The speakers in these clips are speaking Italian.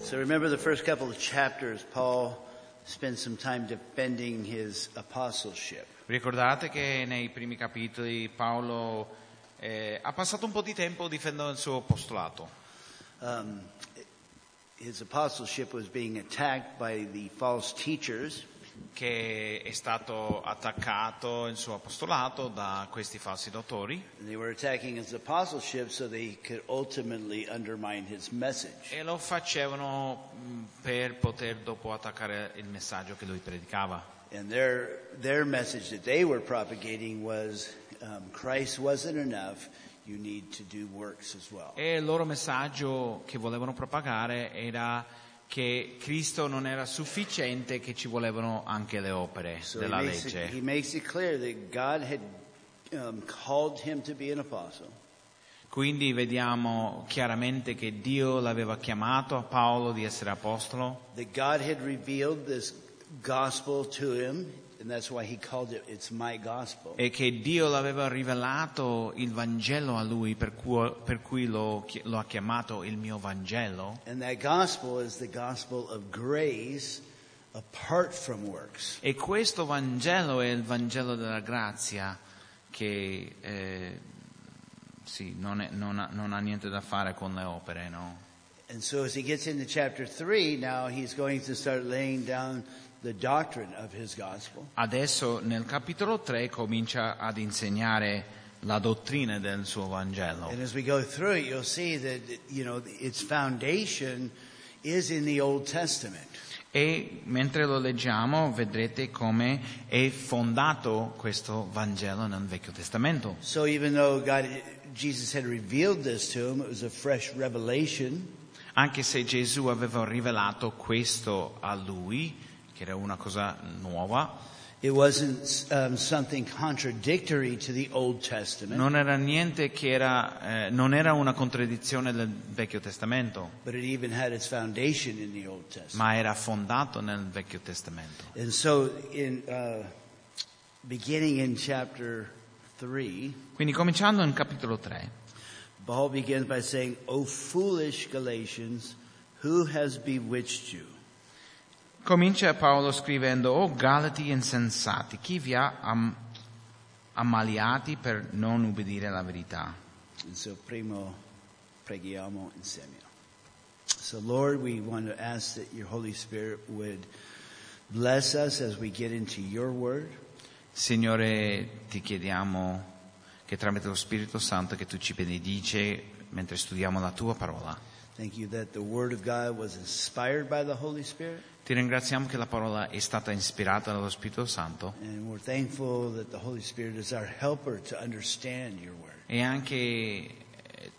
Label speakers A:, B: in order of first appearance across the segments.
A: So remember the first couple of chapters, Paul spends some time defending his apostleship.
B: Ricordate che nei primi capitoli Paolo eh, ha passato un po' di tempo difendendo il suo apostolato.
A: Um, his apostleship was being attacked by the false teachers,
B: che è stato attaccato il suo apostolato da questi falsi dottori
A: and they were attacking his apostleship so they could ultimately undermine his message.
B: e lo facevano mh, per poter dopo attaccare il messaggio che lui predicava.
A: And their, their message that they were propagating was um, Christ wasn't enough, you need to do works as well.
B: E il loro messaggio che volevano propagare era che Cristo non era sufficiente, che ci volevano anche le opere
A: So he
B: della
A: makes, it,
B: legge.
A: he makes it clear that God had um, called him to be an apostle.
B: Quindi vediamo chiaramente che Dio l'aveva chiamato a Paolo di essere apostolo,
A: that God had revealed this gospel to him, and that's why he called it, it's my gospel.
B: e che Dio l'aveva rivelato il Vangelo a lui, per cui, per cui lo, chi- lo ha chiamato il mio Vangelo.
A: And that gospel is the gospel of grace apart from works.
B: E questo Vangelo è il Vangelo della grazia che eh, sì, non, è- non ha, non ha niente da fare con le opere, no?
A: And so as he gets into chapter three, now he's going to start laying down the doctrine of his gospel.
B: Adesso nel capitolo 3 comincia ad insegnare la dottrina del suo Vangelo.
A: And as we go through it, you'll see that, you know, its foundation is in the Old Testament.
B: E mentre lo leggiamo vedrete come è fondato questo Vangelo nel Vecchio Testamento.
A: So even though God, Jesus had revealed this to him, it was a fresh revelation.
B: Anche se Gesù aveva rivelato questo a lui, che era una cosa nuova,
A: It wasn't um, something contradictory to the Old Testament,
B: Non era niente che era, eh, non era una contraddizione del Vecchio Testamento,
A: but it even had its foundation in the Old Testament.
B: ma era fondato nel Vecchio Testamento.
A: And so, in uh, beginning in chapter three,
B: Quindi cominciando in capitolo 3,
A: Paul begins by saying, "O foolish Galatians, who has bewitched you?"
B: comincia Paolo scrivendo, Oh Galati insensati, chi vi ha am- ammaliati per non ubbidire la verità?
A: And so, primo preghiamo insieme. So, Lord, we want to ask that Your Holy Spirit would bless us as we get into Your Word.
B: Signore, ti chiediamo che tramite lo Spirito Santo che tu ci benedice mentre studiamo la tua parola.
A: Thank you that the Word of God was inspired by the Holy Spirit,
B: Ti ringraziamo che la parola è stata ispirata dallo Spirito Santo
A: and we're thankful that the Holy Spirit is our helper to understand your Word.
B: E anche eh,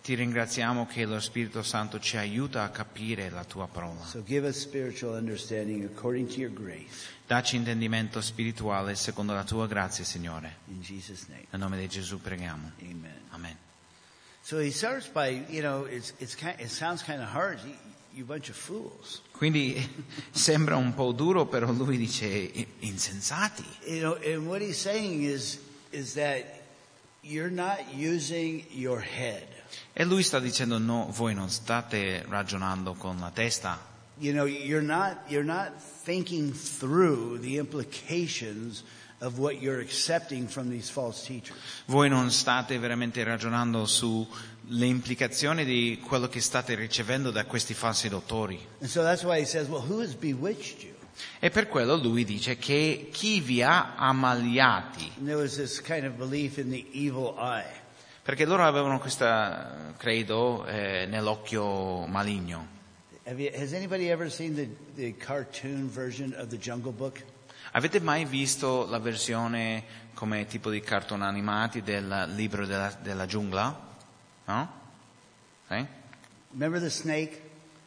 B: ti ringraziamo che lo Spirito Santo ci aiuta a capire la tua parola.
A: So give us spiritual understanding according to your grace.
B: Dacci intendimento spirituale secondo la tua grazia, Signore.
A: In Jesus' name,
B: Nel nome di Gesù preghiamo.
A: amen.
B: Amen.
A: So he starts by, you know, it's, it's kind, it sounds kind of hard. You, you bunch of fools.
B: Quindi sembra un po' duro, però lui dice "I- insensati.
A: You know, and what he's saying is, is that you're not using your head.
B: E lui sta dicendo no, voi non state ragionando con la testa.
A: You know, you're not, you're not thinking through the implications of what you're accepting from these false teachers.
B: Voi non state veramente ragionando sulle implicazioni di quello che state ricevendo da questi falsi dottori.
A: And so that's why he says, well, who has bewitched you?
B: E per quello lui dice che chi vi ha ammaliati,
A: And there was this kind of belief in the evil eye.
B: perché loro avevano questa, credo, eh, nell'occhio maligno.
A: Have you, has anybody ever seen the, the cartoon version of the Jungle Book?
B: Avete mai visto la versione come tipo di cartoni animati del libro della, della giungla? No? Sì?
A: Remember the snake?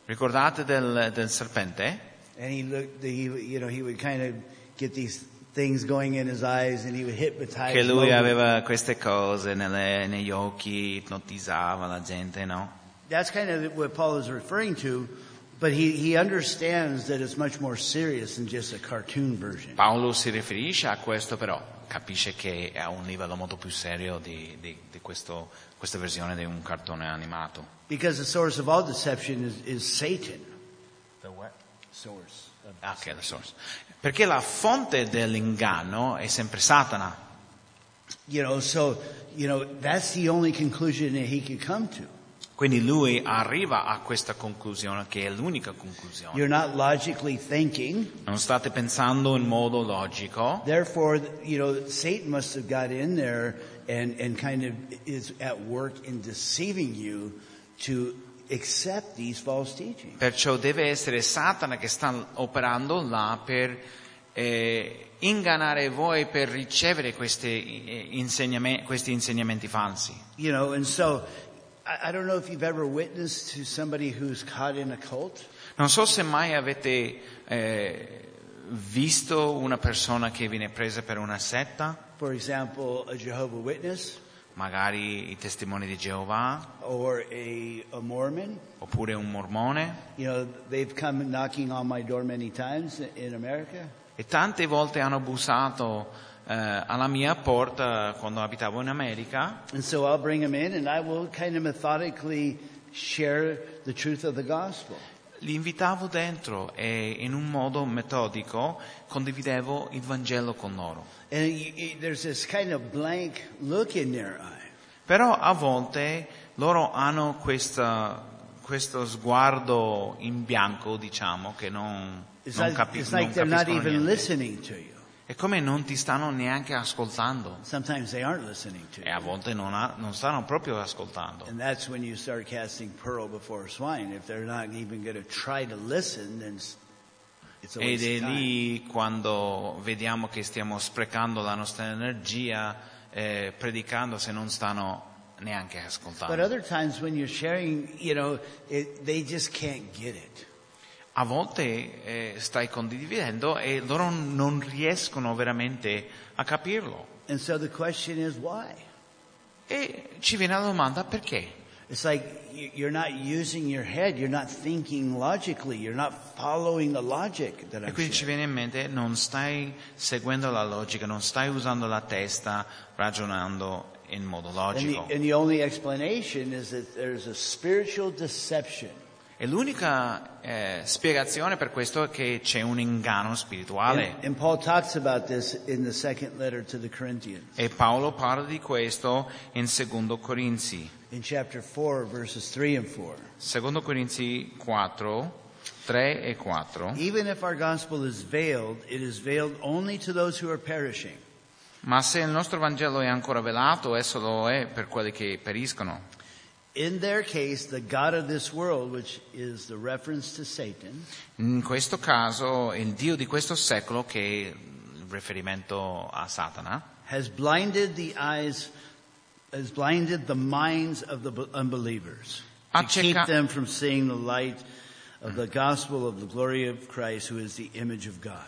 B: Ricordate del, del serpente?
A: And he looked, the, he, you know, he would kind of get these things going in his eyes and he would hypnotize
B: Che lui
A: Mowgli.
B: aveva queste cose nelle- negli occhi, ipnotizzava la gente, no?
A: That's kind of what Paul is referring to, but he, he understands that it's much more serious than just a cartoon version.
B: Paolo si riferisce a questo però capisce che è a un livello molto più serio di, di- di questo- questa versione di un cartone animato
A: Because the source of all deception is, is Satan.
B: The what?
A: source. Of
B: Ah, ok, la source. Perché la fonte dell'inganno è sempre Satana.
A: You know, so, you know, that's the only conclusion that he could come to.
B: Quindi lui arriva a questa conclusione che è l'unica conclusione.
A: You're not logically thinking.
B: Non state pensando in modo logico,
A: Therefore, you know, Satan must have got in there and, and kind of is at work in deceiving you to accept these false teachings.
B: perciò deve essere Satana che sta operando là per eh, ingannare voi per ricevere queste, eh, insegname- questi insegnamenti falsi.
A: You know, and so I, I don't know if you've ever witnessed to somebody who's caught in a cult.
B: Non so se mai avete eh, visto una persona che viene presa per una setta,
A: For example, a Jehovah Witness
B: magari i testimoni di Geova,
A: or a, a Mormon.
B: oppure un mormone,
A: You know, they've come knocking on my door many times in America.
B: e tante volte hanno bussato eh, alla mia porta quando abitavo in America,
A: And so I'll bring them in and I will kind of methodically share the truth of the gospel.
B: li invitavo dentro e in un modo metodico condividevo il Vangelo con loro.
A: And you, you, there's this kind of blank look in their eye.
B: Però a volte loro hanno questa- questo sguardo in bianco, diciamo, che non,
A: It's
B: non,
A: like,
B: capi-
A: it's
B: non
A: like they're not
B: capiscono
A: even
B: niente.
A: listening to you.
B: È come non ti stanno neanche ascoltando.
A: Sometimes they aren't listening to
B: E
A: you.
B: a volte non, ha- non stanno proprio ascoltando.
A: And that's when you start casting pearl before swine. If they're not even going to try to listen, then it's- it's a
B: Ed
A: waste
B: è
A: of time.
B: lì quando vediamo che stiamo sprecando la nostra energia eh, predicando se non stanno neanche
A: But
B: ascoltando.
A: other times when you're sharing, you know, it, they just can't get it.
B: A volte eh, stai condividendo e loro non riescono veramente a capirlo.
A: And so the question is why?
B: E ci viene la domanda perché?
A: It's like you- you're not using your head. You're not thinking logically. You're not following the logic that
B: E
A: I'm
B: quindi ci
A: sharing.
B: viene in mente non stai seguendo la logica, non stai usando la testa ragionando in modo
A: And the,
B: logico.
A: and the only explanation is that there's a spiritual deception.
B: E l'unica eh, spiegazione per questo è che c'è un inganno spirituale.
A: And, and Paul talks about this in the second letter to the Corinthians
B: E Paolo parla di questo in 2 Corinzi,
A: in chapter 4, verses 3 and 4.
B: 2 Corinzi 4, 3 e 4.
A: Even if our gospel is veiled, it is veiled only to those who are perishing.
B: Ma se il nostro Vangelo è ancora velato, esso lo è per quelli che periscono.
A: In their case, the God of this world, which is the reference to Satan,
B: In questo caso, il Dio di questo secolo, che è il riferimento a Satana,
A: has blinded the eyes, has blinded the minds of the b- unbelievers to keep
B: Acceca-
A: them from seeing the light of the gospel of the glory of Christ, who is the image of God.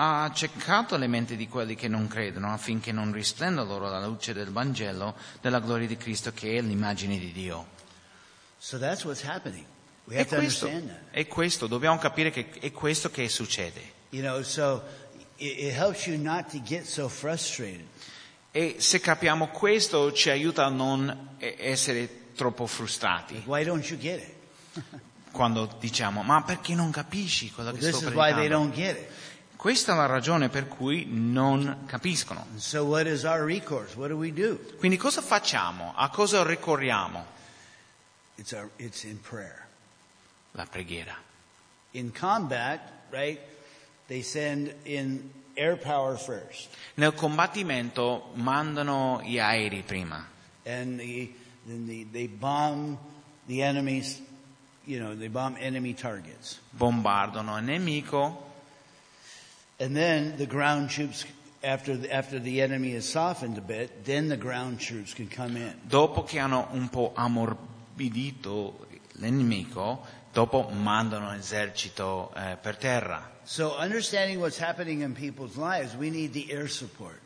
B: ha accecato le menti di quelli che non credono affinché non risplenda loro la luce del Vangelo della gloria di Cristo, che è l'immagine di Dio.
A: So that's what's happening. We
B: E
A: have to
B: questo,
A: understand that.
B: è questo, dobbiamo capire che è questo che succede.
A: You know, so it, it helps you not to get so frustrated.
B: E se capiamo questo ci aiuta a non eh, essere troppo frustrati
A: Why don't you get it?
B: quando diciamo ma perché non capisci quello che
A: This
B: sto
A: is why they
B: predicando?
A: don't get it.
B: Questa è la ragione per cui non capiscono.
A: And so what is our recourse? What do we do?
B: Quindi cosa facciamo? A cosa ricorriamo?
A: It's our, it's in prayer.
B: La preghiera.
A: in combat, right, they send in air power first.
B: Nel combattimento mandano gli aerei prima
A: And the, then the, they bomb the enemies, you know, they bomb enemy targets.
B: bombardano il nemico
A: And then the ground troops, after the, after the enemy is softened a bit, then the ground troops can come in.
B: dopo che hanno un po' ammorbidito il nemico dopo mandano l'esercito eh, per terra
A: So understanding what's happening in people's lives, we need the air support.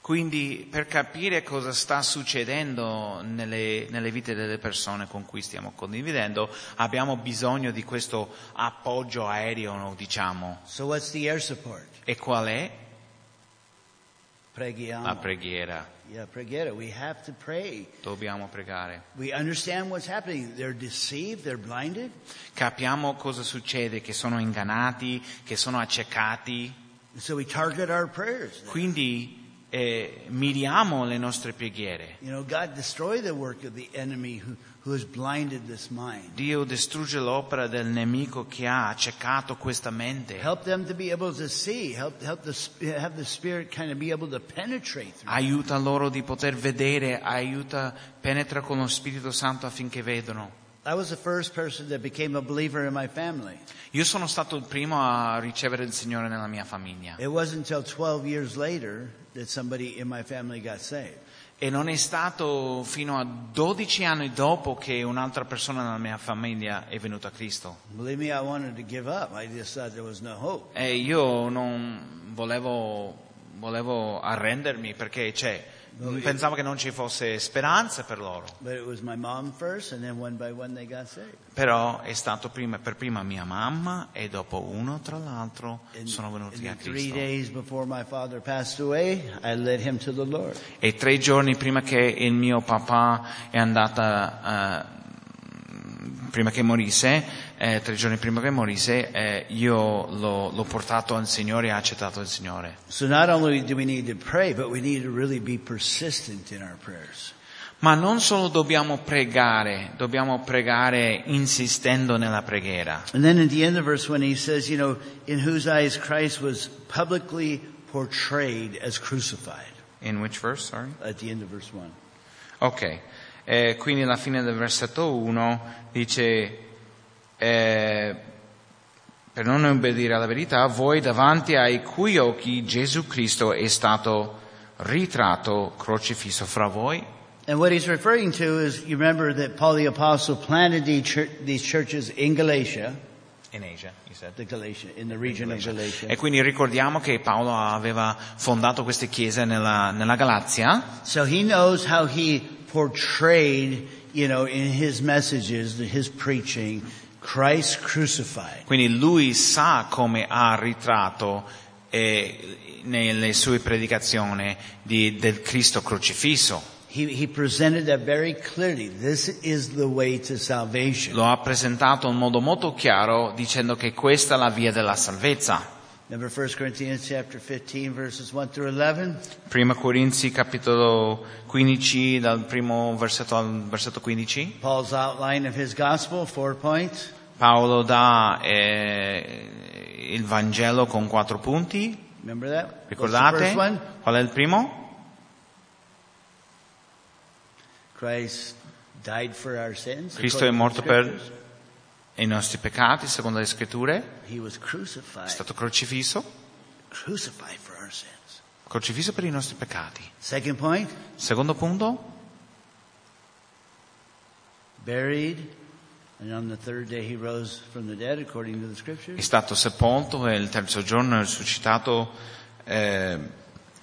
B: Quindi per capire cosa sta succedendo nelle, nelle vite delle persone con cui stiamo condividendo abbiamo bisogno di questo appoggio aereo, no, diciamo.
A: So what's the air support?
B: E qual è? La
A: Preghiamo.
B: Ah, preghiera.
A: Yeah, preghiera. We have to pray.
B: Dobbiamo pregare.
A: We understand what's happening. They're deceived. They're blinded.
B: Capiamo cosa succede, che sono ingannati, che sono accecati.
A: So we target our prayers.
B: Quindi eh, miriamo le nostre preghiere.
A: You know, God destroy the work of the enemy who, who has blinded this mind.
B: Dio distrugge l'opera del nemico che ha accecato questa mente.
A: Help them to be able to see. Help, help the, sp- have the spirit kind of be able to penetrate through.
B: Aiuta loro di poter vedere, aiuta, penetra con lo Spirito Santo affinché vedano.
A: I was the first person that became a believer in my family.
B: Io sono stato il primo a ricevere il Signore nella mia famiglia
A: It wasn't until 12 years later that somebody in my family got saved.
B: e non è stato fino a 12 anni dopo che un'altra persona nella mia famiglia è venuta a Cristo.
A: Believe me, I wanted to give up. I just thought there was no hope.
B: E io non volevo, volevo arrendermi perché cioè,
A: No, io-
B: pensavo che non ci fosse speranza per loro,
A: But it was my mom first, and then one by one they got saved.
B: però è stato prima, per prima mia mamma e dopo uno tra l'altro
A: And,
B: sono venuti
A: and
B: a
A: three
B: Cristo.
A: days before my father passed away, I led him to the Lord.
B: E tre giorni prima che il mio papà è andata, eh, prima che morisse, eh, tre giorni prima che morisse, eh, io l'ho, l'ho portato al Signore e ha accettato il Signore.
A: So not only do we need to pray, but we need to really be persistent in our prayers.
B: Ma non solo dobbiamo pregare, dobbiamo pregare insistendo nella preghiera.
A: And then at the end of verse when he says, you know, in whose eyes Christ was publicly portrayed as crucified.
B: In which verse, sorry?
A: At the end of verse 1.
B: Ok, eh, quindi alla fine del versetto 1 dice, eh, per non obbedire alla verità, voi davanti ai cui occhi Gesù Cristo è stato ritratto crocifisso fra voi.
A: And what he's referring to is, you remember that Paul the Apostle planted the chur- these churches in Galatia,
B: In Asia, you said.
A: the Galatia, in the region of Galatia.
B: E quindi ricordiamo che Paolo aveva fondato queste chiese nella, nella Galazia
A: So he knows how he portrayed, you know, in his messages, his preaching, Christ crucified.
B: Quindi lui sa come ha ritratto eh, nelle sue predicazioni di- del Cristo crocifisso.
A: He, he presented that very clearly. This is the way to salvation.
B: Lo ha presentato in modo molto chiaro dicendo che questa è la via della salvezza.
A: Remember 1 Corinthians chapter 15 verses 1 through 11?
B: Prima Corinzi capitolo 15 dal primo versetto al versetto 15.
A: Paul's outline of his gospel, four points.
B: Paolo dà eh, il Vangelo con quattro punti.
A: Remember that? What's the
B: Ricordate?
A: first one?
B: Qual è il primo?
A: Christ died for our sins.
B: Cristo è
A: according to
B: morto
A: the
B: per
A: Scriptures.
B: i nostri peccati, secondo le scritture.
A: He was
B: È
A: crucified.
B: stato crocifisso.
A: Crucified for our sins.
B: Crocifisso per i nostri peccati.
A: Second point,
B: Secondo punto?
A: buried. And on the third day he rose from the dead according to the
B: È
A: scriptures.
B: stato sepolto e il terzo giorno è risuscitato eh,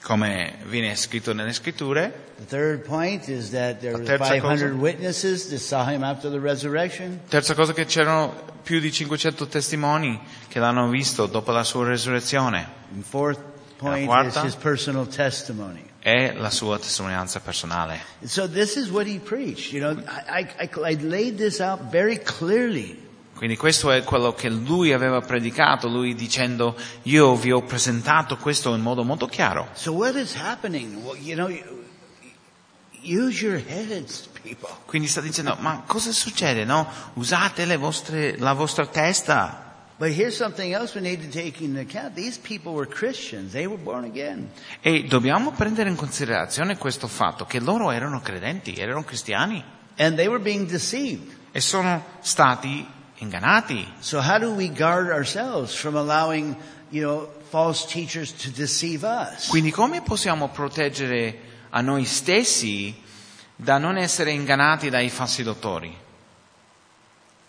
B: come viene scritto nelle scritture.
A: The third point is that there were
B: terza cosa.
A: 500 witnesses that saw him after the resurrection.
B: Terza cosa che c'erano più di 500 testimoni che l'hanno visto dopo la sua resurrezione
A: And fourth point
B: La
A: is
B: cuarta.
A: his personal testimony.
B: e la sua testimonianza personale.
A: And so this is what he preached. You know, I, I, I laid this out very clearly.
B: Quindi questo è quello che lui aveva predicato, lui dicendo io vi ho presentato questo in modo molto chiaro.
A: So what is happening? Well, you know, you- use your heads, people.
B: Quindi sta dicendo ma cosa succede? No? Usate le vostre- la vostra testa,
A: But here's something else we need to take into account. These people were Christians. They were born again.
B: E dobbiamo prendere in considerazione questo fatto che loro erano credenti, erano cristiani
A: And they were being deceived.
B: e sono stati ingannati.
A: So how do we guard ourselves from allowing, you know, false teachers to deceive us?
B: Quindi come possiamo proteggere a noi stessi da non essere ingannati dai falsi dottori?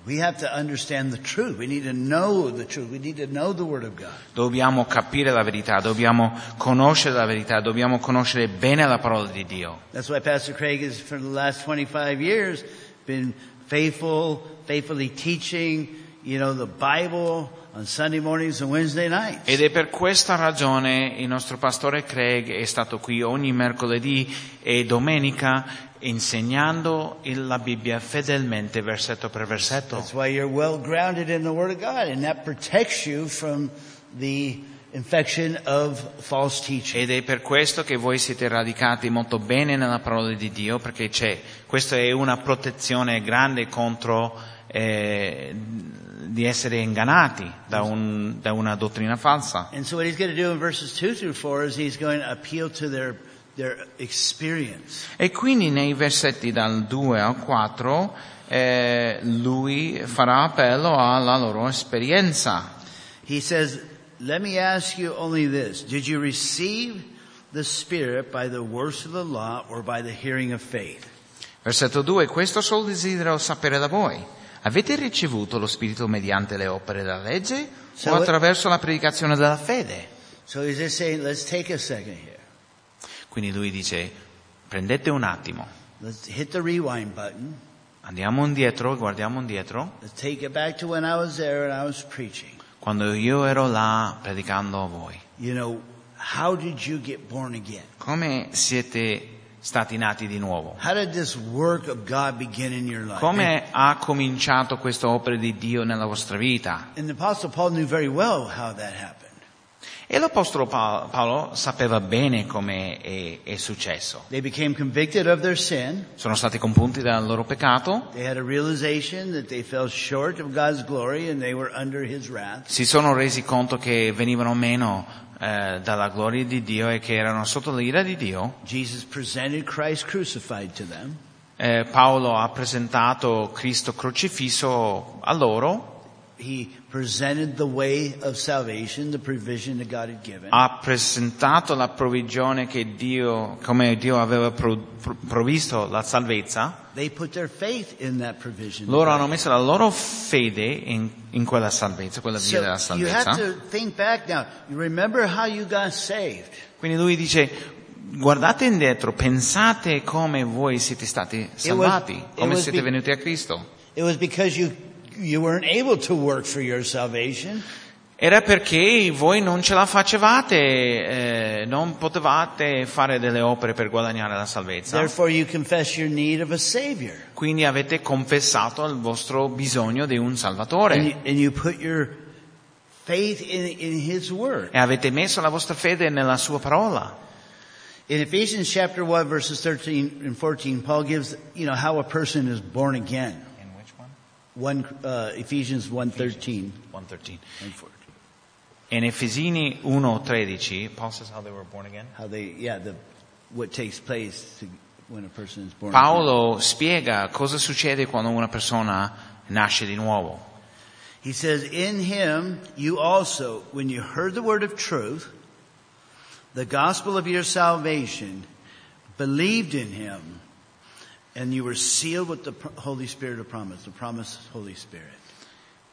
A: We have to understand the truth. We need to know the truth. We need to know the Word of God.
B: Dobbiamo capire la verità, dobbiamo conoscere la verità, dobbiamo conoscere bene la parola di Dio.
A: That's why Pastor Craig has, for the last 25 years, been faithful, faithfully teaching, you know, the Bible on Sunday mornings and Wednesday nights.
B: Ed è per questa ragione il nostro pastore Craig è stato qui ogni mercoledì e domenica insegnando il- la Bibbia fedelmente versetto per versetto.
A: That's why you're well grounded in the Word of God, and that protects you from the infection of false teaching.
B: Ed è per questo che voi siete radicati molto bene nella parola di Dio, perché c'è, questa è una protezione grande contro eh, di essere ingannati da, un- da una dottrina falsa.
A: And so what he's going to do in verses 2 through 4 is he's going to appeal to their, their experience.
B: E quindi nei versetti dal 2 al 4 eh, lui farà appello alla loro esperienza.
A: He says, let me ask you only this. Did you receive the Spirit by the works of the law or by the hearing of faith?
B: Versetto 2, questo solo desidero sapere da voi. Avete ricevuto lo Spirito mediante le opere della legge
A: Se
B: o
A: voi-
B: attraverso la predicazione della fede?
A: So he's just saying, let's take a second here.
B: Quindi lui dice, prendete un attimo,
A: Let's hit the rewind button.
B: andiamo indietro, guardiamo indietro.
A: Let's take it back to when I was there and I was preaching.
B: Quando io ero là predicando a voi,
A: You know, how did you get born again?
B: come siete stati nati di nuovo?
A: How did this work of God begin in your life?
B: Come ha cominciato questa opera di Dio nella vostra vita?
A: And the apostle Paul knew very well how that happened.
B: E l'Apostolo Pa- Paolo sapeva bene come è, è successo.
A: They became convicted of their sin.
B: Sono stati compunti dal loro peccato,
A: They had a realization that they fell short of God's glory and they were under his wrath.
B: si sono resi conto che venivano meno eh, dalla gloria di Dio e che erano sotto l'ira di Dio.
A: Jesus presented Christ crucified to them.
B: Eh, Paolo ha presentato Cristo crocifisso a loro,
A: He presented the way of salvation, the provision that God had given.
B: ha presentato la provvigione che Dio, come Dio aveva pro- pro- provvisto la salvezza.
A: They put their faith in that provision.
B: Loro hanno messo la loro fede in, in quella salvezza, quella via della
A: So you have
B: salvezza.
A: to think back now. You remember how you got saved.
B: Quindi lui dice, guardate indietro, pensate come voi siete stati salvati,
A: it
B: come
A: was
B: siete
A: be-
B: venuti a Cristo.
A: It was because you you weren't able to work for your salvation.
B: Era perché voi non ce la facevate, eh, non potevate fare delle opere per guadagnare la salvezza.
A: Therefore, you confess your need of a savior,
B: Quindi avete confessato il vostro bisogno di un
A: and
B: Salvatore.
A: you, and you put your faith in in His word.
B: E avete messo la vostra fede nella sua parola.
A: In Ephesians chapter 1 verses 13 and 14, Paul gives, you know, how a person is born again. One, uh, Ephesians 1.13
B: 113.
A: and 14.
B: In Efesini 1:13, Paul says how they were born again.
A: How they, yeah, the, what takes place to, when a person is born again.
B: Paolo spiega cosa succede quando una persona nasce di nuovo.
A: He says, in him you also, when you heard the word of truth, the gospel of your salvation, believed in him, and you were sealed with the pr- Holy Spirit of promise, the promised Holy Spirit.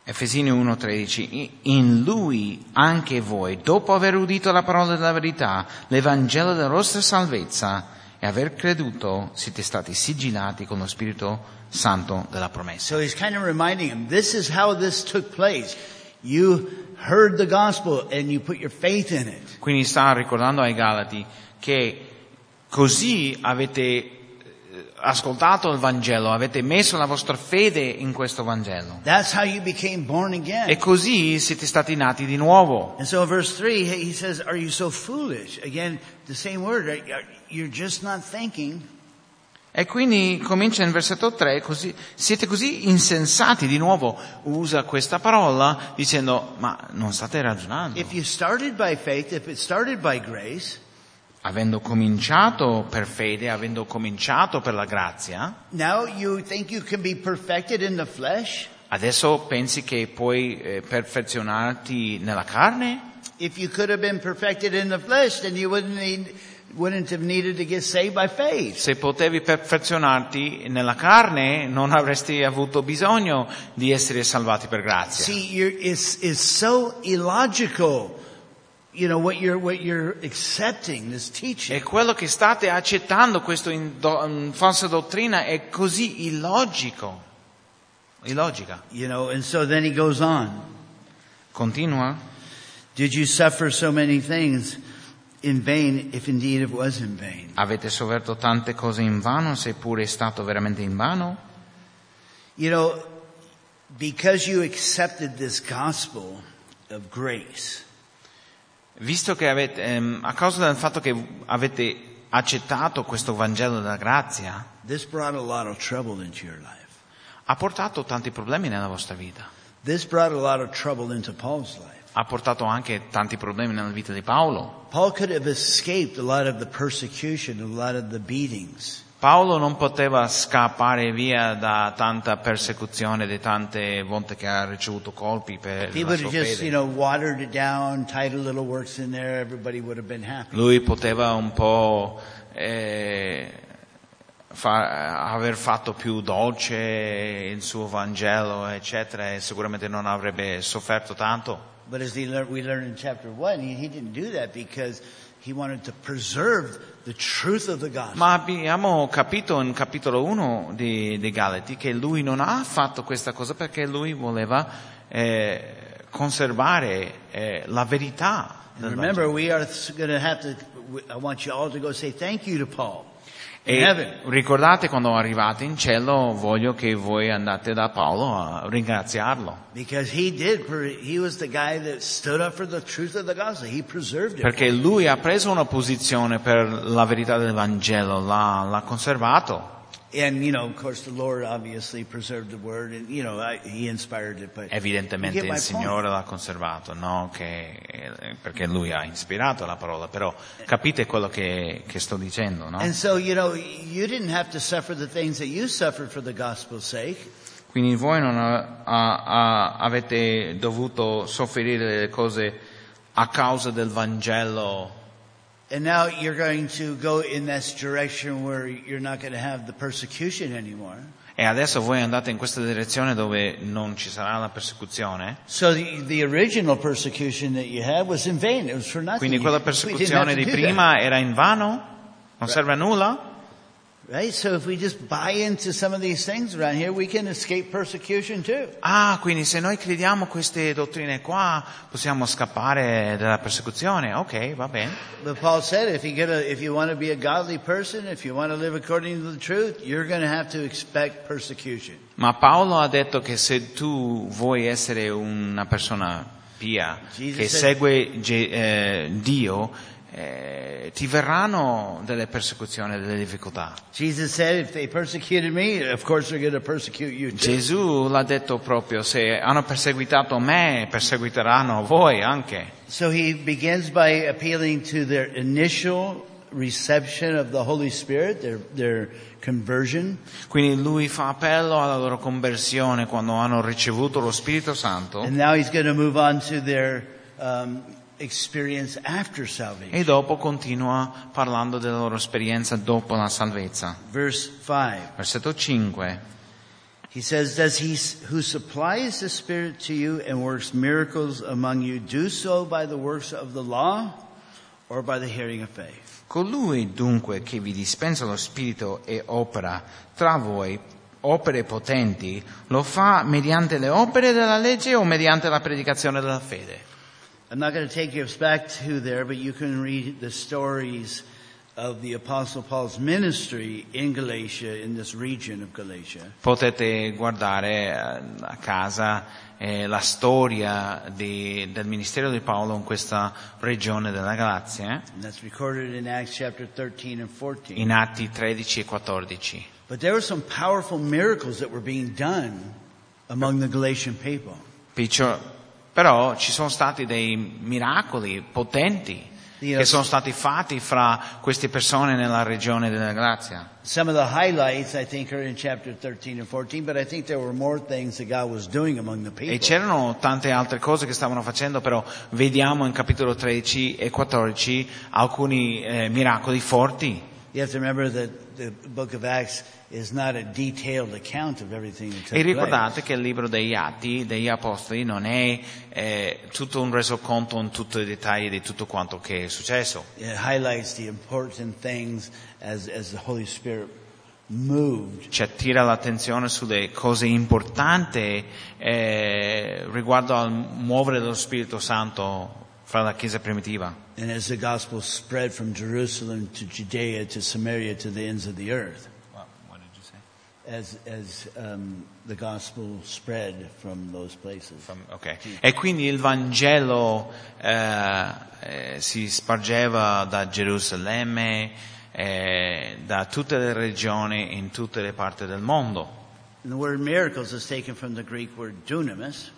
B: Efesini 1:13, "I- in lui anche voi, dopo aver udito la parola della verità, l'Evangelo della vostra salvezza e aver creduto, siete stati sigillati con lo Spirito Santo della promessa.
A: So he's kind of reminding him, this is how this took place. You heard the gospel and you put your faith in it.
B: Quindi sta ricordando ai Galati che così avete eh, ascoltato il Vangelo, avete messo la vostra fede in questo Vangelo.
A: That's how you became born
B: E
A: again.
B: così siete stati nati di nuovo.
A: And so in verse 3, he he says, are you so foolish? Again, the same word, are- are- you're just not thinking.
B: E quindi comincia in versetto 3, così, siete così insensati di nuovo. Usa questa parola dicendo, ma non state ragionando.
A: If you started by faith, if it started by grace,
B: Avendo cominciato per fede, avendo cominciato per la grazia,
A: now you think you can be perfected in the flesh?
B: adesso pensi che puoi eh, perfezionarti nella carne?
A: If you could have been perfected in the flesh, then you wouldn't need, wouldn't have needed to get saved by faith.
B: Se potevi perfezionarti nella carne, non avresti avuto bisogno di essere salvati per grazia.
A: See, you're, it's, it's so illogical, you know, what you're, what you're accepting, this
B: E
A: teaching.
B: quello che state accettando, questa in- do- in falsa dottrina, è così illogico. illogica.
A: You know, and so then he goes on.
B: Continua.
A: Did you suffer so many things in vain, if indeed it was in vain?
B: Avete sofferto tante cose in vano, seppure è stato veramente in vano?
A: You know, because you accepted this gospel of grace,
B: Visto che avete, ehm, a causa del fatto che avete accettato questo Vangelo della grazia,
A: this brought a lot of trouble into your life.
B: ha portato tanti problemi nella vostra vita.
A: This brought a lot of trouble into Paul's life.
B: Ha portato anche tanti problemi nella vita di Paolo.
A: Paul could have escaped a lot of the persecution, a lot of the beatings.
B: Paolo non poteva scappare via da tanta persecuzione, di tante volte che ha ricevuto colpi per
A: He
B: la
A: would
B: sua
A: have just, you
B: fede.
A: know, watered it down, tied a little works in there, everybody would have been happy.
B: Lui poteva un po' eh, fa- aver fatto più dolce il suo Vangelo, eccetera, e sicuramente non avrebbe sofferto tanto.
A: But as he lear- we learned in chapter one, he, he didn't do that because he wanted to preserve the truth of the gospel.
B: Ma abbiamo capito in capitolo 1 di, di Galati che lui non ha fatto questa cosa perché lui voleva eh, conservare eh, la verità. del
A: And remember, we are going to have to, I want you all to go say thank you to Paul in
B: Vangelo.
A: heaven.
B: E ricordate quando arrivate in cielo voglio che voi andate da Paolo a ringraziarlo
A: Because he did, pre- he was the guy that stood up for the truth of the gospel. He preserved it.
B: perché lui ha preso una posizione per la verità del Vangelo, l'ha, l'ha conservato.
A: And, you know, of course, the Lord obviously preserved the word and, you know, I, he inspired it, but
B: Evidentemente
A: You get my
B: il Signore l'ha conservato, no? Che- eh, perché Lui ha ispirato la parola, però capite quello che, che sto dicendo, no?
A: And so, you know, you didn't have to suffer the things that you suffered for the gospel's sake.
B: Quindi voi non a- a- a- avete dovuto soffrire le cose a causa del Vangelo
A: And now you're going to go in this direction where you're not going to have the persecution anymore.
B: e adesso voi andate in questa direzione dove non ci sarà la persecuzione.
A: So the, the original persecution that you had was in vain. It was for nothing.
B: Quindi quella
A: We didn't have
B: persecuzione
A: to
B: di
A: do that,
B: prima era in vano, non serve a nulla.
A: right? So if we just buy into some of these things around here, we can escape persecution too.
B: Ah, quindi se noi crediamo queste dottrine qua, possiamo scappare dalla persecuzione. Ok, va bene.
A: But Paul said, if you get a, if you want to be a godly person, if you want to live according to the truth, you're going to have to expect persecution.
B: Ma Paolo ha detto che se tu vuoi essere una persona pia,
A: Jesus
B: che
A: said-
B: segue Ge- eh, Dio, eh, ti verranno delle persecuzioni, delle difficoltà.
A: Jesus said, if they persecuted me, of course they're going to persecute you too.
B: Gesù l'ha detto proprio, se hanno perseguitato me, perseguiteranno voi anche.
A: So he begins by appealing to their initial reception of the Holy Spirit, their, their conversion.
B: Quindi lui fa appello alla loro conversione quando hanno ricevuto lo Spirito Santo.
A: And now he's going to move on to their um, experience after salvation.
B: E dopo continua parlando della loro esperienza dopo la salvezza.
A: Verse 5.
B: Versetto 5.
A: He says, Does he who supplies the Spirit to you and works miracles among you do so by the works of the law or by the hearing of faith?
B: Colui dunque che vi dispensa lo Spirito e opera tra voi opere potenti, lo fa mediante le opere della legge o mediante la predicazione della fede?
A: I'm not going to take you back to there, but you can read the stories of the Apostle Paul's ministry in Galatia, in this region of Galatia.
B: Potete guardare eh, a casa eh, la storia di- del ministero di Paolo in questa regione della Galazia, eh,
A: And that's recorded in Acts chapter 13 and 14.
B: in Atti 13 e 14.
A: But there were some powerful miracles that were being done among the Galatian people.
B: Piccio- però ci sono stati dei miracoli potenti
A: Io-
B: che sono stati fatti fra queste persone nella regione della Grazia.
A: Some of the highlights, I think, are in chapter 13 and 14, but I think there were more things that God was doing among the
B: E
A: people.
B: c'erano tante altre cose che stavano facendo, però vediamo in capitolo 13 e 14 alcuni eh, miracoli forti.
A: You have to remember that the book of Acts is not a detailed account of everything that
B: E
A: took place.
B: ricordate che il libro degli Atti, degli Apostoli, non è eh, tutto un resoconto in tutti i dettagli di tutto quanto che è successo.
A: It highlights the important things as, as the Holy Spirit moved
B: ci attira l'attenzione sulle cose importanti eh, riguardo al muovere dello Spirito Santo fra la Chiesa primitiva.
A: and as the gospel spread from Jerusalem to Judea to Samaria to the ends of the earth. As, as um, the gospel spread from those places.
B: Ok. E quindi il Vangelo eh, eh, si spargeva da Gerusalemme, eh, da tutte le regioni, in tutte le parti del mondo.
A: And the word miracles is taken from the Greek word dunamis,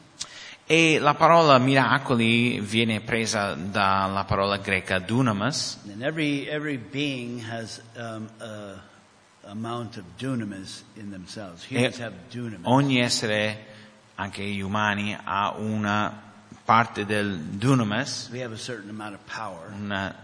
B: E la parola miracoli viene presa dalla parola greca dunamis,
A: and every every being has um, a amount of dunamis in themselves. Humans
B: Yeah.
A: have dunamis.
B: ogni essere, anche gli umani, ha una parte del dunamis,
A: we have a certain amount of power,
B: una,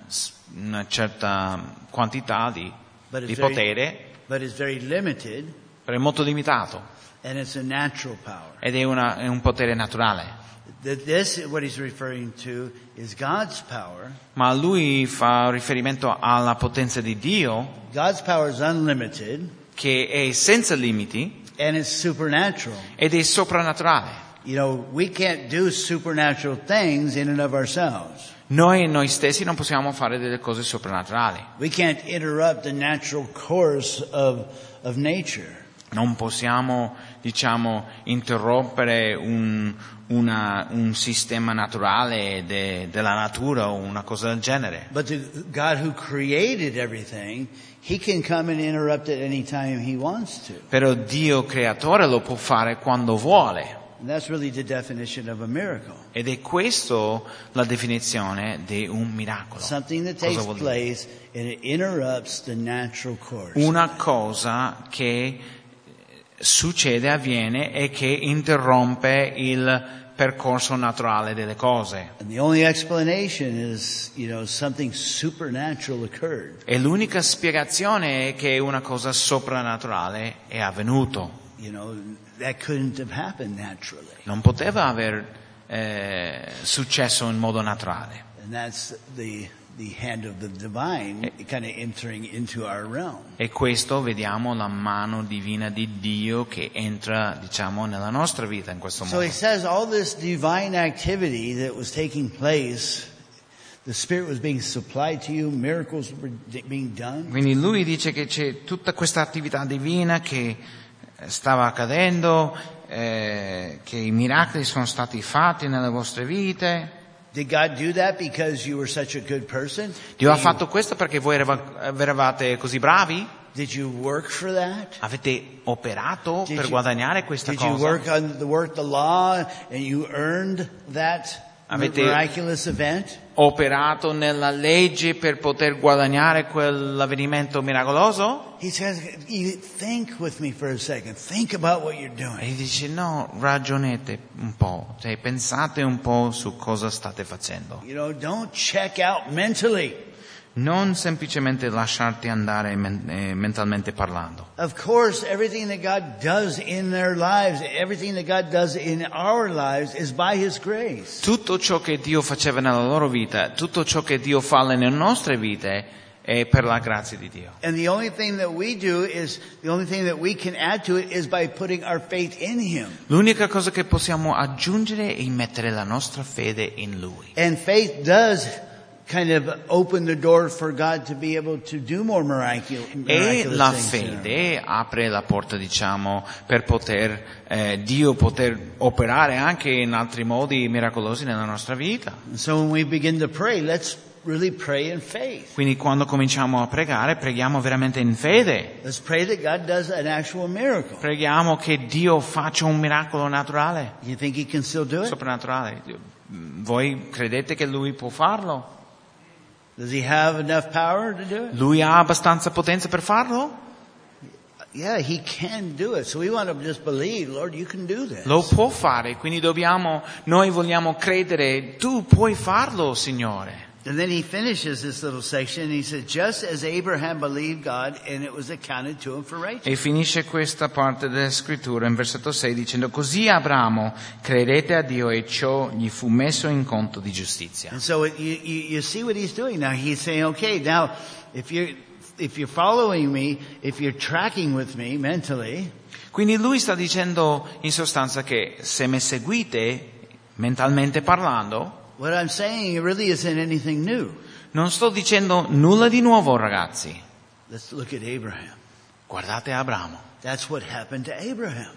B: una certa quantità di,
A: But it's
B: di
A: very-
B: potere,
A: but it's very limited,
B: però è molto limitato
A: and it's a natural power.
B: ed è, una- è un potere naturale.
A: That this, what he's referring to, is God's power.
B: Ma lui fa riferimento alla potenza di Dio
A: God's power is unlimited,
B: che è senza limiti
A: and it's supernatural.
B: ed è soprannaturale.
A: You know, we can't do supernatural things in and of ourselves.
B: Noi noi stessi non possiamo fare delle cose soprannaturali.
A: We can't interrupt the natural course of, of nature.
B: Non possiamo, diciamo, interrompere un, una- un sistema naturale de- della natura o una cosa del genere.
A: But the God who created everything, He can come and interrupt at any time He wants to.
B: Però Dio creatore lo può fare quando vuole.
A: And that's really the definition of a miracle.
B: Ed è questa la definizione di un miracolo.
A: Something that
B: Cosa
A: takes
B: vuol dire?
A: place and it interrupts the natural course.
B: Una cosa che succede, avviene e che interrompe il percorso naturale delle cose.
A: And the only explanation is, you know, something supernatural occurred.
B: E l'unica spiegazione è che una cosa soprannaturale è avvenuto.
A: You know, that couldn't have happened naturally.
B: Non poteva aver eh, successo in modo naturale.
A: And that's the, the hand of the divine kind of entering into our realm.
B: E questo vediamo la mano divina di Dio che entra, diciamo, nella nostra vita in questo
A: So he
B: modo.
A: says all this divine activity that was taking place, the Spirit was being supplied to you, miracles were d- being done.
B: Quindi lui dice che c'è tutta questa attività divina che eh, stava accadendo, eh, che i miracoli sono stati fatti nelle vostre vite.
A: Did God do that because you were such a good person?
B: Dio ha
A: Did you-
B: fatto questo perché voi erava- eravate così bravi?
A: Did you work for that?
B: Avete operato
A: Did
B: per
A: you-
B: guadagnare questa
A: Did you
B: cosa?
A: work on the work the law and you earned that
B: Avete-
A: miraculous event?
B: Operato nella legge per poter guadagnare quell'avvenimento miracoloso?
A: He says, you think with me for a second. Think about what you're
B: E
A: doing.
B: gli dice no, ragionate un po', cioè pensate un po' su cosa state facendo.
A: You know, don't check out mentally.
B: Non semplicemente lasciarti andare men- eh, mentalmente parlando.
A: Of course, everything that God does in their lives, everything that God does in our lives is by His grace.
B: Tutto ciò che Dio faceva nella loro vita, tutto ciò che Dio fa nelle nostre vite è per la grazia di Dio.
A: And the only thing that we do is, the only thing that we can add to it is by putting our faith in Him.
B: L'unica cosa che possiamo aggiungere è mettere la nostra fede in Lui.
A: And faith does kind of open the door for God to be able to do more miraculous,
B: E
A: miraculous
B: la
A: things in our lives.
B: fede apre la porta, diciamo, per poter, eh, Dio poter operare anche in altri modi miracolosi nella nostra vita.
A: And so when we begin to pray, let's really pray in faith.
B: Quindi quando cominciamo a pregare, preghiamo veramente in fede.
A: Let's pray that God does an actual miracle.
B: Preghiamo che Dio faccia un miracolo naturale,
A: You think He can still do it?
B: soprannaturale. Voi credete che Lui può farlo?
A: Does He have enough power to do it?
B: Lui ha abbastanza potenza per farlo?
A: Yeah, he can do it. So we want to just believe, Lord, you can do this.
B: Lo può fare, quindi dobbiamo, noi vogliamo credere, tu puoi farlo, Signore.
A: And then he finishes this little section and he says, just as Abraham believed God and it was accounted to him for righteousness.
B: E finisce questa parte della scrittura in versetto 6 dicendo così Abramo credete a Dio e ciò gli fu messo in conto
A: Eh.
B: di giustizia.
A: And so it, you, you, you see what he's doing now. He's saying, okay, now if you, if you're following me, if you're tracking with me mentally,
B: Quindi lui sta dicendo in sostanza che se mi seguite, mentalmente parlando,
A: what I'm saying really isn't anything new.
B: non sto dicendo nulla di nuovo ragazzi.
A: Let's look at Abraham.
B: Guardate Abramo.
A: That's what happened to Abraham.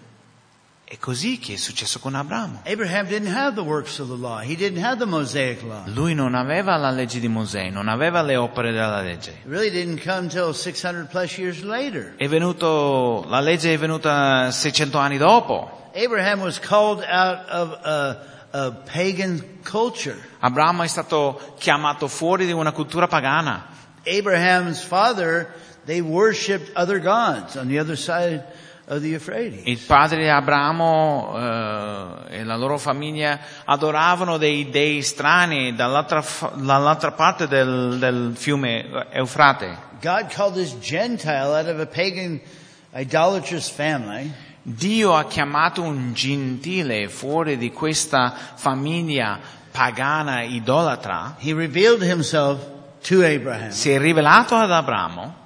B: È così che è successo con Abramo.
A: Abraham didn't have the works of the law. He didn't have the Mosaic law.
B: Lui non aveva la legge di Mosè, non aveva le opere della legge.
A: It really didn't come till 600 plus years later.
B: È venuto, la legge è venuta 600 anni dopo.
A: Abraham was called out of a, a pagan culture.
B: Abramo è stato chiamato fuori di una cultura pagana.
A: Abraham's father, they worshipped other gods on the other side of the Euphrates.
B: Il padre di Abramo eh, e la loro famiglia adoravano dei dei strani dall'altra, fa- dall'altra parte del, del fiume Eufrate.
A: God called this Gentile out of a pagan, idolatrous family
B: Dio ha chiamato un gentile fuori di questa famiglia pagana idolatra,
A: He revealed himself to Abraham.
B: si è rivelato ad Abramo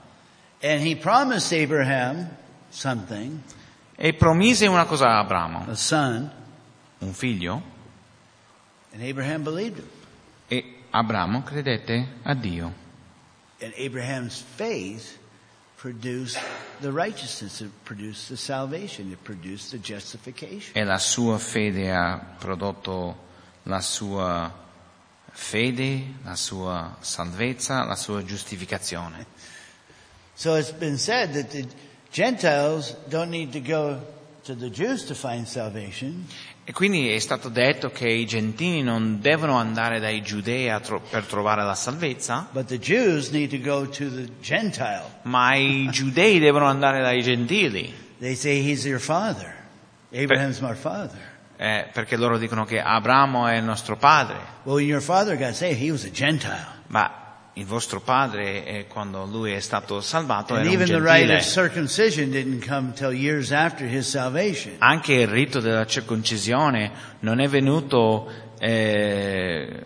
A: And he promised Abraham something,
B: e promise una cosa a Abramo,
A: a son,
B: un figlio,
A: and Abraham believed him.
B: e Abramo credette a Dio.
A: And Abraham's faith produced the righteousness, it produced the salvation, it produced the justification.
B: E la sua fede ha prodotto la sua fede, la sua salvezza, la sua giustificazione.
A: So it's been said that the Gentiles don't need to go to the Jews to find salvation.
B: E quindi è stato detto che i gentili non devono andare dai giudei a tro- per trovare la salvezza,
A: But the Jews need to go to the Gentile.
B: ma i giudei devono andare dai gentili,
A: They say he's your father. Abraham's my father.
B: eh, perché loro dicono che Abramo è il nostro padre,
A: Well, when your father got saved, he was a Gentile.
B: ma il vostro padre, eh, quando lui è stato salvato,
A: And
B: era un
A: even the rite
B: gentile.
A: of circumcision didn't come till years after his salvation.
B: Anche il rito della circoncisione non è venuto, eh,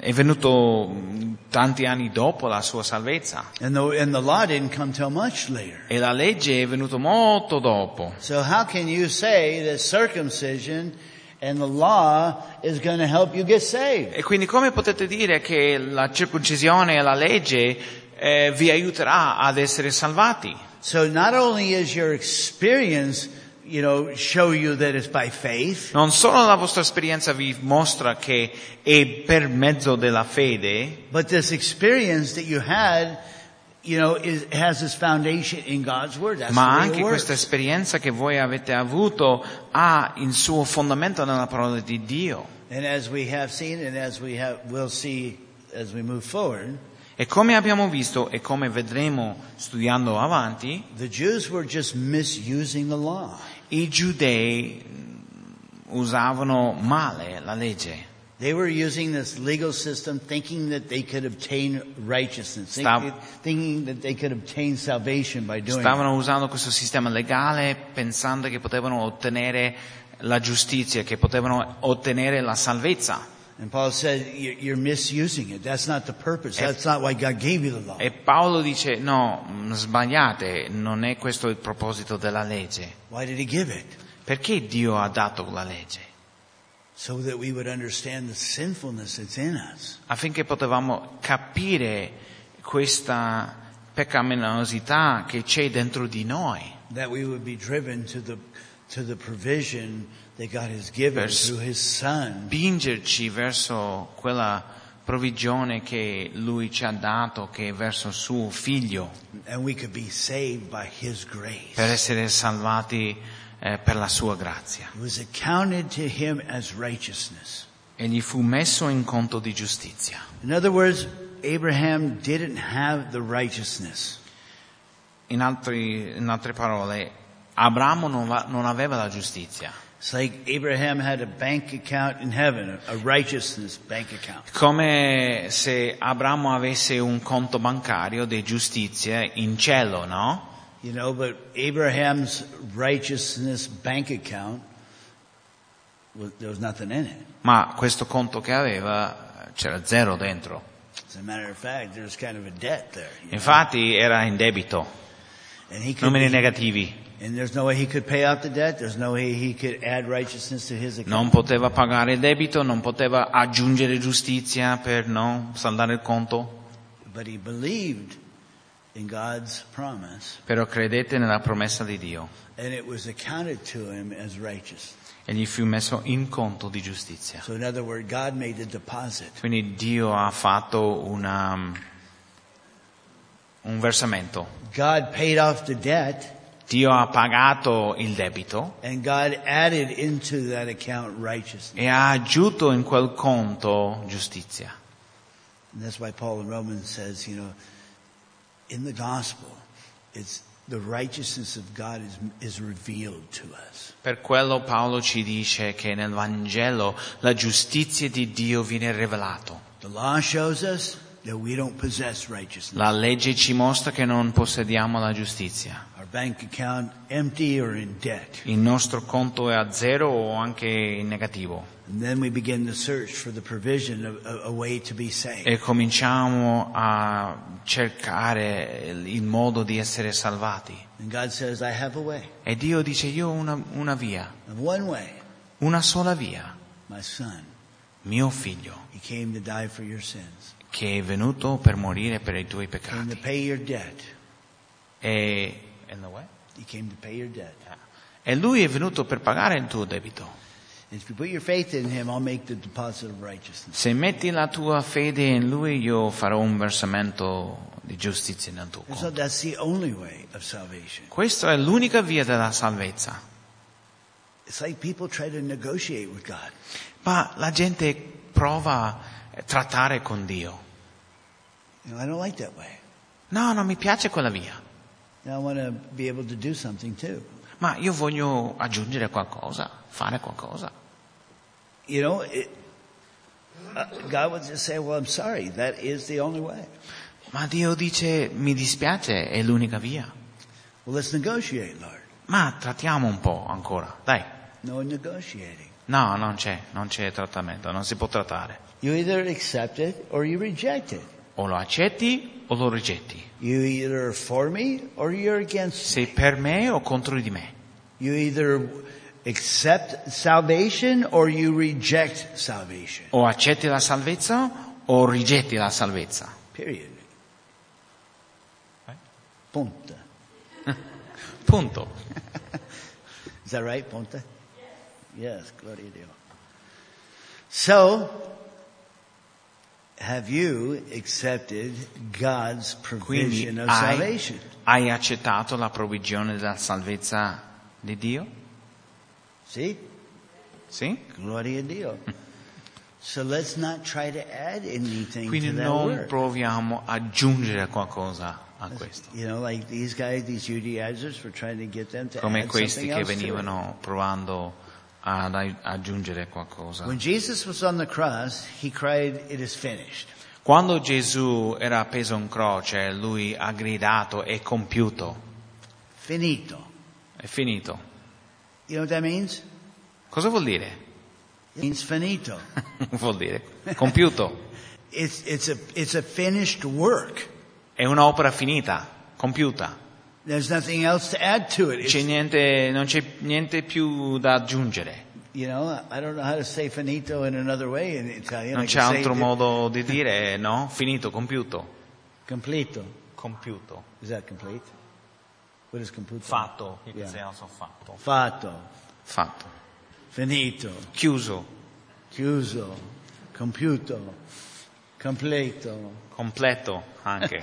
B: è venuto mh, tanti anni dopo la sua salvezza
A: And the, and the law didn't come till much later.
B: e la legge è venuta molto dopo.
A: So how can you say that circumcision and the law is going to help you get saved?
B: E quindi come potete dire che la circoncisione e la legge eh, vi aiuterà ad essere salvati?
A: So not only is your experience, you know, show you that it's by faith,
B: Non solo la vostra esperienza vi mostra che è per mezzo della fede,
A: but this experience that you had, you know, is, has its foundation in God's Word. That's
B: ma
A: the way
B: anche
A: it
B: questa
A: works.
B: esperienza che voi avete avuto ha il suo fondamento nella parola di Dio.
A: And as we have seen and as we have, will see as we move forward,
B: E come abbiamo visto e come vedremo studiando avanti,
A: the Jews were just misusing the law.
B: i giudei mh, usavano male la legge.
A: They were using this legal system thinking that they could obtain righteousness, think-
B: Stop.
A: thinking that they could obtain salvation by doing it.
B: Stavano usando questo sistema legale pensando che potevano ottenere la giustizia, che potevano ottenere la salvezza.
A: And Paul said, "You- you're misusing it. That's not the purpose. That's not why God gave you the law.
B: E Paolo dice no, mh, sbagliate, non è questo il proposito della legge.
A: Why did he give it?
B: Perché Dio ha dato la legge?
A: So that we would understand the sinfulness that's in us.
B: Affinché potevamo capire questa peccaminosità che c'è dentro di noi,
A: That we would be driven to the, to the provision that God has given
B: Vers-
A: through his son.
B: spingerci verso quella provvigione che Lui ci ha dato, che è verso suo figlio,
A: And we could be saved by his grace.
B: per essere salvati eh, per la sua grazia.
A: It was accounted to him as righteousness.
B: E gli fu messo in conto di giustizia.
A: In other words, Abraham didn't have the righteousness.
B: In, altri- in altre parole, Abramo non, va- non aveva la giustizia.
A: It's like Abraham had a bank account in heaven, a righteousness bank account.
B: Come se Abramo avesse un conto bancario di giustizia in cielo, no?
A: You know, but Abraham's righteousness bank account, was, there was nothing in it.
B: Ma questo conto che aveva eh, c'era zero dentro.
A: As a matter of fact, there's kind of a debt there. you know.
B: Infatti era in debito,
A: And he could,
B: numeri negativi.
A: and there's no way he could pay out the debt. There's no way he could add righteousness to his account.
B: Non poteva pagare il debito, non poteva aggiungere giustizia per non saldare il conto,
A: But he believed in God's promise
B: però credette nella promessa di Dio
A: and it was accounted to him as righteous.
B: e gli fu messo in conto di giustizia.
A: So in other words, God made the deposit.
B: Quindi Dio ha fatto una- mm, un versamento.
A: God paid off the debt
B: Dio ha pagato il debito
A: and God added into that account righteousness.
B: e ha aggiunto in quel conto giustizia.
A: And that's why Paul in Romans says, you know, in the gospel, it's the righteousness of God is, is revealed to us.
B: Per quello Paolo ci dice che nel Vangelo la giustizia di Dio viene rivelato.
A: The law shows us that we don't possess righteousness.
B: La legge ci mostra che non possediamo la giustizia.
A: Our bank account empty or in debt.
B: Il nostro conto è a zero o anche in negativo.
A: And then we begin to search for the provision of a, a way to be saved.
B: E cominciamo a cercare il il modo di essere salvati.
A: And God says, I have a way.
B: E Dio dice io ho una, una via,
A: I have one way.
B: una sola via.
A: My son,
B: Mio figlio,
A: he came to die for your sins.
B: che è venuto per morire per i tuoi
A: Came to
B: peccati.
A: pay your debt.
B: E, and the what?
A: He came to pay your debt.
B: e lui è venuto per pagare il tuo debito.
A: And if you put your faith in him, I'll make the deposit of righteousness.
B: Se metti la tua fede in lui, io farò un versamento di giustizia nel tuo
A: And so
B: conto.
A: that's the only way of salvation.
B: Questa è l'unica via della salvezza.
A: It's like people try to negotiate with God.
B: Ma la gente prova a trattare con Dio.
A: You know, I don't like that way.
B: No, non mi piace quella via,
A: Now I want to be able to do something too.
B: ma io voglio aggiungere qualcosa, fare qualcosa.
A: You know, it, uh, God would just say, well, I'm sorry. That is the only way.
B: Ma Dio dice, mi dispiace, è l'unica via.
A: Well, let's negotiate, Lord.
B: Ma trattiamo un po' ancora, dai.
A: No negotiating.
B: No, non c'è, non c'è trattamento, non si può trattare.
A: You either accept it or you reject it.
B: O lo accetti o lo rigetti.
A: You either are for me or you're against me.
B: Sei per me o contro di me.
A: You either accept salvation or you reject salvation.
B: O accetti la salvezza o rigetti la salvezza.
A: Period.
B: Right.
A: Punta.
B: Punto.
A: Is that right, Ponte? Yes, Gloria Deo. So, have you accepted God's
B: Quindi
A: provision of
B: hai,
A: salvation?
B: hai accettato la provvigione della salvezza di Dio?
A: See?
B: Sì?
A: Gloria Deo. So let's not try to add anything
B: Quindi
A: to that
B: non
A: word.
B: proviamo a aggiungere qualcosa a questo.
A: you know, like these guys, these Judaizers were trying to get them to
B: Come
A: add
B: questi
A: something
B: che
A: else to it.
B: venivano provando ad ai- aggiungere qualcosa.
A: When Jesus was on the cross, he cried, it is finished.
B: Quando Gesù era appeso in croce, lui ha gridato è compiuto,
A: Finito.
B: è finito.
A: You know what that means?
B: Cosa vuol dire?
A: It means finito.
B: vuol dire compiuto.
A: It's, it's a, it's a finished work.
B: È un'opera finita, compiuta.
A: There's nothing else to add to it.
B: C'è
A: It's-
B: niente, non c'è niente più da aggiungere.
A: you know, I don't know how to say finito in another way in Italian.
B: Non
A: I
B: c'è
A: can say
B: altro
A: it-
B: modo di dire, no? Finito, compiuto.
A: Completo.
B: Compiuto.
A: Is that complete? What is completo?
B: Fatto. You
A: Yeah.
B: can say also fatto.
A: Fatto.
B: Fatto.
A: Finito.
B: Chiuso.
A: Chiuso. Compiuto. Completo.
B: Completo anche.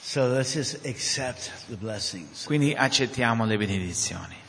A: So let's just accept the blessings.
B: Quindi accettiamo le benedizioni.